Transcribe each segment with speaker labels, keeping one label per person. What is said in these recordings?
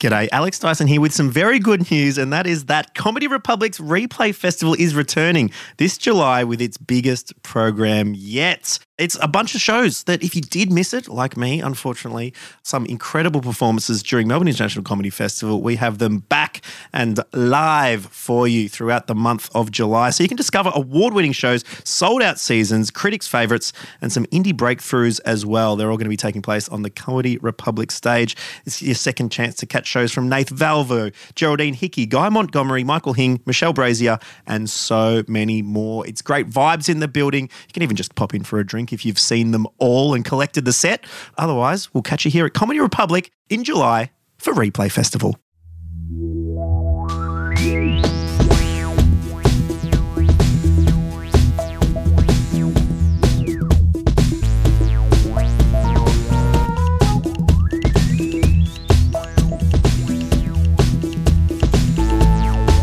Speaker 1: G'day, Alex Dyson here with some very good news, and that is that Comedy Republic's Replay Festival is returning this July with its biggest program yet. It's a bunch of shows that, if you did miss it, like me, unfortunately, some incredible performances during Melbourne International Comedy Festival. We have them back and live for you throughout the month of July. So you can discover award winning shows, sold out seasons, critics' favourites, and some indie breakthroughs as well. They're all going to be taking place on the Comedy Republic stage. It's your second chance to catch shows from Nath Valvo, Geraldine Hickey, Guy Montgomery, Michael Hing, Michelle Brazier, and so many more. It's great vibes in the building. You can even just pop in for a drink if you've seen them all and collected the set. Otherwise, we'll catch you here at Comedy Republic in July for Replay Festival.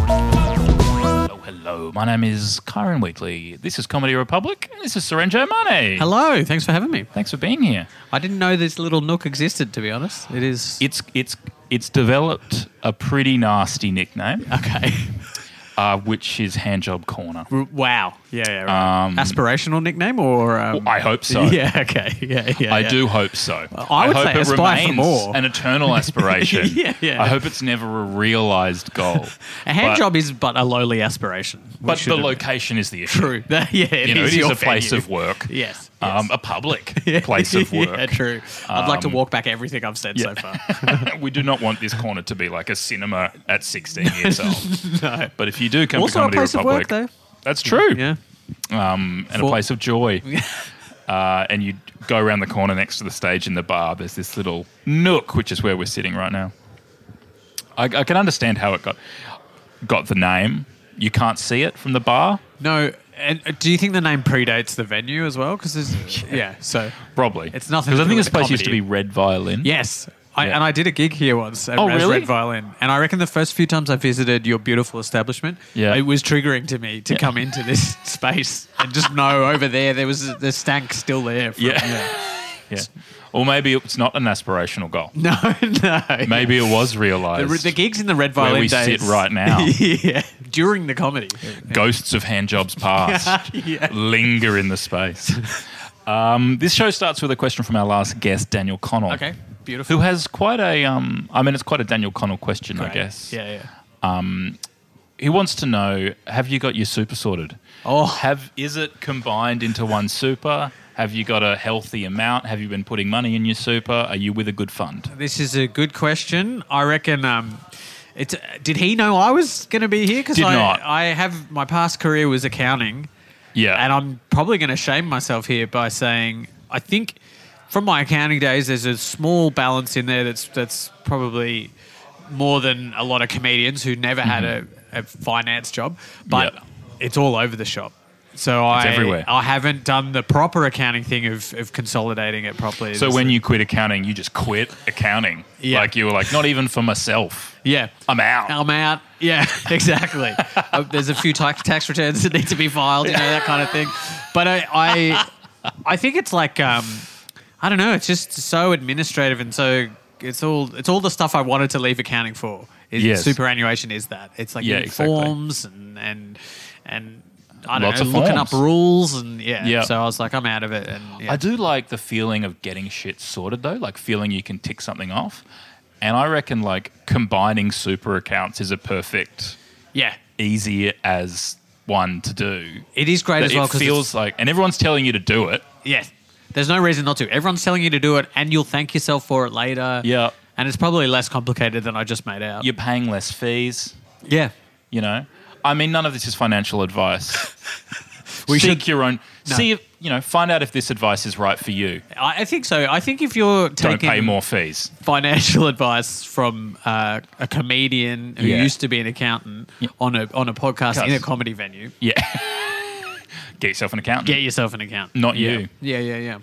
Speaker 2: Oh, hello. My name is Kyron Wheatley. This is Comedy Republic, and this is Sorenjo Mane.
Speaker 3: Hello, thanks for having me.
Speaker 2: Thanks for being here.
Speaker 3: I didn't know this little nook existed, to be honest. It is.
Speaker 2: It's it's it's developed a pretty nasty nickname,
Speaker 3: okay.
Speaker 2: uh, which is Handjob Corner.
Speaker 3: R- wow. Yeah, yeah, right. Aspirational nickname or. Um,
Speaker 2: Um, I hope so.
Speaker 3: Yeah, okay. Yeah, yeah.
Speaker 2: I
Speaker 3: yeah.
Speaker 2: do hope so.
Speaker 3: I would
Speaker 2: hope
Speaker 3: say
Speaker 2: it
Speaker 3: aspire for
Speaker 2: remains
Speaker 3: more.
Speaker 2: an eternal aspiration.
Speaker 3: Yeah, yeah.
Speaker 2: I hope it's never a realized goal.
Speaker 3: A hand
Speaker 2: But-
Speaker 3: job is but a lowly aspiration. We
Speaker 2: but
Speaker 3: should
Speaker 2: the
Speaker 3: have-
Speaker 2: location is the issue.
Speaker 3: True. yeah, it
Speaker 2: You know,
Speaker 3: is
Speaker 2: it is
Speaker 3: your
Speaker 2: a place
Speaker 3: venue.
Speaker 2: of work.
Speaker 3: Yes.
Speaker 2: Um,
Speaker 3: yes.
Speaker 2: a public place of work. Um,
Speaker 3: yeah, true. I'd like to walk back everything I've said so far.
Speaker 2: we do not want this corner to be like a cinema at 16 years old. But if you do come
Speaker 3: Also
Speaker 2: to
Speaker 3: a
Speaker 2: Comedy
Speaker 3: place of work,
Speaker 2: Republic,
Speaker 3: though.
Speaker 2: that's true.
Speaker 3: Yeah.
Speaker 2: Um, and
Speaker 3: For-
Speaker 2: a place of joy. uh, and you go around the corner next to the stage in the bar. There's this little nook, which is where we're sitting right now. I, I can understand how it got got the name. You can't see it from the bar,
Speaker 3: No, and uh, do you think the name predates the venue as well? Because there's. Yeah, so.
Speaker 2: probably.
Speaker 3: It's nothing
Speaker 2: Because
Speaker 3: to
Speaker 2: I think
Speaker 3: do
Speaker 2: this
Speaker 3: with the
Speaker 2: place used to
Speaker 3: comedy.
Speaker 2: be Red Violin.
Speaker 3: Yes. I,
Speaker 2: Yeah.
Speaker 3: And I did a gig here once at
Speaker 2: Oh,
Speaker 3: Raz
Speaker 2: really?
Speaker 3: Red Violin. And I reckon the first few times I visited your beautiful establishment,
Speaker 2: Yeah.
Speaker 3: it was triggering to me to come into this space and just know over there, there was the stank still there. From,
Speaker 2: Yeah. yeah. Or maybe it's not an aspirational goal.
Speaker 3: No, no.
Speaker 2: Maybe it was
Speaker 3: The,
Speaker 2: realized.
Speaker 3: the gigs in the Red Violin
Speaker 2: we
Speaker 3: days.
Speaker 2: sit right now.
Speaker 3: yeah. During the comedy.
Speaker 2: ghosts of handjobs past
Speaker 3: Yeah.
Speaker 2: linger in the space. Um, this show starts with a question from our last guest, Daniel Connell.
Speaker 3: Okay. Beautiful.
Speaker 2: Who has quite a, um, I mean, it's quite a Daniel Connell question, I
Speaker 3: Great.
Speaker 2: guess.
Speaker 3: Yeah, yeah.
Speaker 2: He wants to know Have you got your super sorted?
Speaker 3: Oh.
Speaker 2: Have Is it combined into one super? Have you got a healthy amount? Have you been putting money in your super? Are you with a good fund?
Speaker 3: This is a good question. I reckon. Um, it's, did he know I was going to be here? Because
Speaker 2: Did
Speaker 3: I,
Speaker 2: not.
Speaker 3: I have my past career was accounting,
Speaker 2: Yeah.
Speaker 3: and I'm probably going to shame myself here by saying I think from my accounting days, there's a small balance in there that's that's probably more than a lot of comedians who never had a, a finance job, but
Speaker 2: Mm-hmm. Yeah.
Speaker 3: it's all over the shop. So I
Speaker 2: everywhere.
Speaker 3: I haven't done the proper accounting thing of, of consolidating it properly.
Speaker 2: so when you quit accounting, you just quit accounting.
Speaker 3: Yeah.
Speaker 2: Like you were like, Not even for myself.
Speaker 3: yeah,
Speaker 2: I'm out.
Speaker 3: I'm out. Yeah, exactly. Uh, there's a few tax tax returns that need to be filed, you know, that kind of thing. But I, I, I think it's like, um, I don't know. It's just so administrative and so it's all it's all the stuff I wanted to leave accounting for. Is
Speaker 2: Yes.
Speaker 3: superannuation is that? It's like
Speaker 2: Yeah,
Speaker 3: in
Speaker 2: exactly.
Speaker 3: forms and and and. I don't
Speaker 2: Lots
Speaker 3: know,
Speaker 2: of
Speaker 3: looking up
Speaker 2: forms.
Speaker 3: rules and yeah.
Speaker 2: Yeah.
Speaker 3: So I was like, I'm out of it. And yeah.
Speaker 2: I do like the feeling of getting shit sorted though, like feeling you can tick something off. And I reckon like combining super accounts is a perfect,
Speaker 3: yeah,
Speaker 2: easy as one to do.
Speaker 3: it is great as
Speaker 2: it
Speaker 3: well because
Speaker 2: feels like, and everyone's telling you to do it.
Speaker 3: Yes. There's no reason not to. Everyone's telling you to do it, and you'll thank yourself for it later.
Speaker 2: Yeah.
Speaker 3: And it's probably less complicated than I just made out.
Speaker 2: You're paying less fees,
Speaker 3: Yeah.
Speaker 2: you know. I mean, none of this is financial advice.
Speaker 3: We
Speaker 2: Seek
Speaker 3: should-
Speaker 2: your own.
Speaker 3: No.
Speaker 2: See, if, you know, find out if this advice is right for you.
Speaker 3: I, I think so. I think if you're
Speaker 2: Don't
Speaker 3: taking
Speaker 2: pay more fees.
Speaker 3: financial advice from uh, a comedian who
Speaker 2: Yeah.
Speaker 3: used to be an accountant on a on a podcast
Speaker 2: Yes.
Speaker 3: in a comedy venue,
Speaker 2: Yeah. Get yourself an accountant.
Speaker 3: get yourself an accountant.
Speaker 2: Not
Speaker 3: yeah.
Speaker 2: you.
Speaker 3: Yeah, yeah, yeah.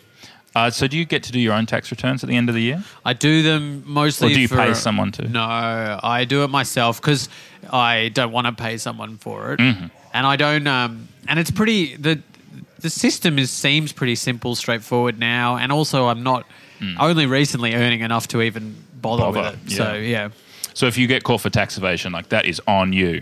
Speaker 2: Uh, so, do you get to do your own tax returns at the end of the year?
Speaker 3: I do them mostly.
Speaker 2: Or do you
Speaker 3: for-
Speaker 2: pay someone to?
Speaker 3: No, I do it myself because I don't want to pay someone for it,
Speaker 2: Mm-hmm.
Speaker 3: and I don't. Um, and it's pretty the the system is seems pretty simple, straightforward now, and also I'm not only recently earning enough to even bother,
Speaker 2: Mm. Bother,
Speaker 3: with it. So yeah,
Speaker 2: So if you get caught for tax evasion, like that is on you.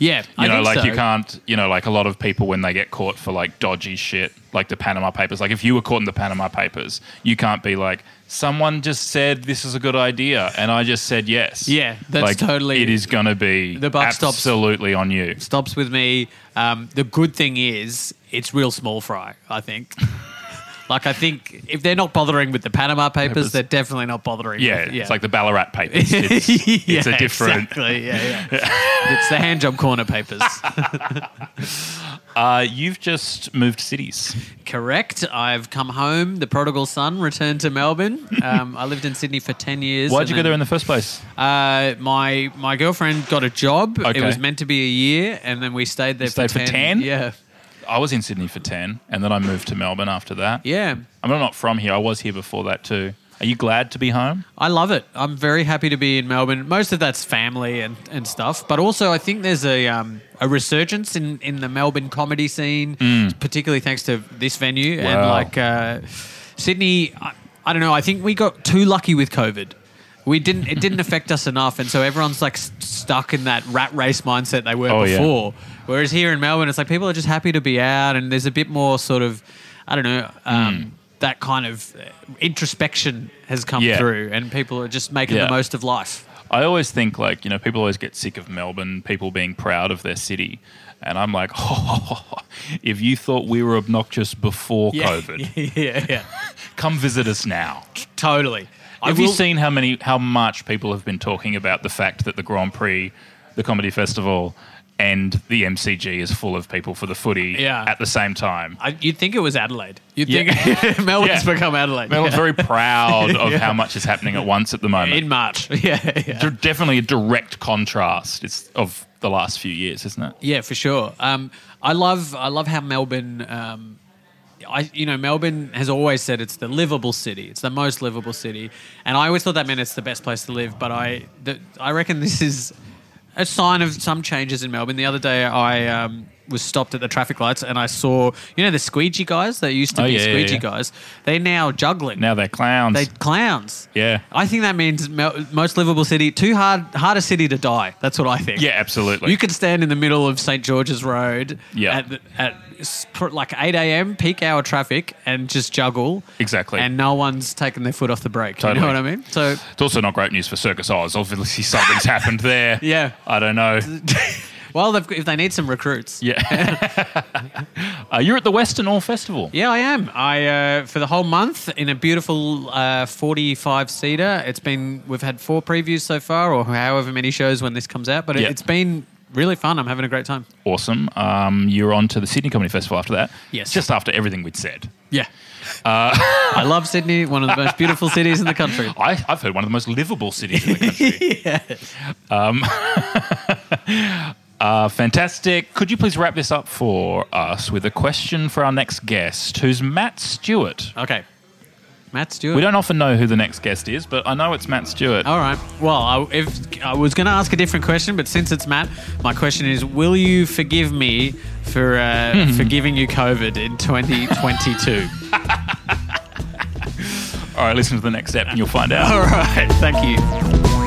Speaker 3: Yeah,
Speaker 2: You
Speaker 3: I
Speaker 2: know,
Speaker 3: think
Speaker 2: like
Speaker 3: so.
Speaker 2: you can't. You know, like a lot of people when they get caught for like dodgy shit, like the Panama Papers. Like if you were caught in the Panama Papers, you can't be like someone just said this is a good idea and I just said yes.
Speaker 3: Yeah, that's
Speaker 2: Like,
Speaker 3: totally-
Speaker 2: It is going to be
Speaker 3: The buck stops.
Speaker 2: absolutely on you.
Speaker 3: Stops with me. Um, the good thing is it's real small fry. I think. like I think if they're not bothering with the Panama Papers,
Speaker 2: Papers.
Speaker 3: they're definitely not bothering.
Speaker 2: Yeah,
Speaker 3: with, yeah.
Speaker 2: it's like the Ballarat Papers. It's, it's a
Speaker 3: Yeah,
Speaker 2: different.
Speaker 3: Exactly. Yeah, yeah. it's the hand job corner papers.
Speaker 2: Uh, you've just moved cities.
Speaker 3: Correct. I've come home. The prodigal son returned to Melbourne. Um, I lived in Sydney for ten years.
Speaker 2: Why'd you go
Speaker 3: and
Speaker 2: there in
Speaker 3: then-
Speaker 2: the first place?
Speaker 3: Uh, my my girlfriend got a job.
Speaker 2: Okay.
Speaker 3: It was meant to be a year, and then we stayed there.
Speaker 2: stayed for 10?
Speaker 3: Yeah,
Speaker 2: I was in Sydney for 10, and then I moved to Melbourne after that.
Speaker 3: yeah.
Speaker 2: I'm not from here. I was here before that, too. Are you glad to be home?
Speaker 3: I love it. I'm very happy to be in Melbourne. Most of that's family and, and stuff, but also I think there's a um, a resurgence in, in the Melbourne comedy scene, particularly thanks to this venue and
Speaker 2: Mm. Wow.
Speaker 3: like uh, Sydney. I, I don't know. I think we got too lucky with COVID. We didn't. It didn't affect us enough, and so everyone's like st- stuck in that rat race mindset they were
Speaker 2: Oh, yeah.
Speaker 3: before. Whereas here in Melbourne, it's like people are just happy to be out, and there's a bit more sort of, I don't know, um,
Speaker 2: Mm.
Speaker 3: that kind of uh, introspection has come
Speaker 2: Yeah.
Speaker 3: through, and people are just making
Speaker 2: Yeah.
Speaker 3: the most of life.
Speaker 2: I always think, like, you know, people always get sick of Melbourne, people being proud of their city. And I'm like, "Oh, if you thought we were obnoxious before COVID,
Speaker 3: yeah, yeah,
Speaker 2: come visit us now.
Speaker 3: totally. I
Speaker 2: Have you
Speaker 3: will-
Speaker 2: seen how many, how much people have been talking about the fact that the Grand Prix, the comedy festival, and the MCG is full of people for the footy
Speaker 3: Yeah.
Speaker 2: at the same time?
Speaker 3: I, you'd think it was Adelaide. You'd
Speaker 2: Yeah.
Speaker 3: think Melbourne's
Speaker 2: Yeah.
Speaker 3: become Adelaide
Speaker 2: Melbourne's very proud of how much is happening at once at the
Speaker 3: Yeah.
Speaker 2: moment.
Speaker 3: in March. yeah, yeah.
Speaker 2: D- definitely a direct contrast. It's of the last few years, isn't it?
Speaker 3: Yeah, for sure. Um, I love I love how Melbourne. Um, I you know Melbourne has always said it's the livable city. It's the most livable city, and I always thought that meant it's the best place to live. But I the, I reckon this is a sign of some changes in Melbourne. The other day I. Um, was stopped at the traffic lights and I saw, you know, the squeegee guys that used to
Speaker 2: Oh,
Speaker 3: be
Speaker 2: yeah, yeah,
Speaker 3: squeegee
Speaker 2: yeah.
Speaker 3: guys. They're now juggling.
Speaker 2: Now they're clowns.
Speaker 3: They clowns.
Speaker 2: Yeah.
Speaker 3: I think that means Mel- most livable city, too hard, harder city to die. That's what I think.
Speaker 2: yeah, absolutely.
Speaker 3: You could stand in the middle of St George's Road
Speaker 2: Yeah.
Speaker 3: at, the- at s- pr- like 8 a.m. peak hour traffic and just juggle.
Speaker 2: Exactly.
Speaker 3: And no one's taken their foot off the brake. You
Speaker 2: Totally.
Speaker 3: know what I mean? So,
Speaker 2: it's also not great news for Circus Oz. Obviously, something's happened there.
Speaker 3: Yeah.
Speaker 2: I don't know.
Speaker 3: well, they've, if they need some recruits.
Speaker 2: Yeah. uh, you're at the Western All Festival.
Speaker 3: Yeah, I am. I uh, for the whole month in a beautiful uh, forty-five seater. It's been we've had four previews so far, or however many shows when this comes out. But it,
Speaker 2: Yeah.
Speaker 3: it's been really fun. I'm having a great time.
Speaker 2: Awesome. Um, you're on to the Sydney Comedy Festival after that.
Speaker 3: Yes.
Speaker 2: Just after everything we'd said.
Speaker 3: Yeah, Uh, I love Sydney, one of the most beautiful cities in the country.
Speaker 2: I, I've heard one of the most livable cities in the country. Um, uh, fantastic. Could you please wrap this up for us with a question for our next guest, who's Matt Stewart?
Speaker 3: Okay, Matt Stewart.
Speaker 2: We don't often know who the next guest is, but I know it's Matt Stewart.
Speaker 3: All right. Well, I, if, I was going to ask a different question, but since it's Matt, my question is: Will you forgive me for uh, for giving you COVID in 2022?
Speaker 2: All right, listen to the next step and you'll find out.
Speaker 3: All right. Thank you.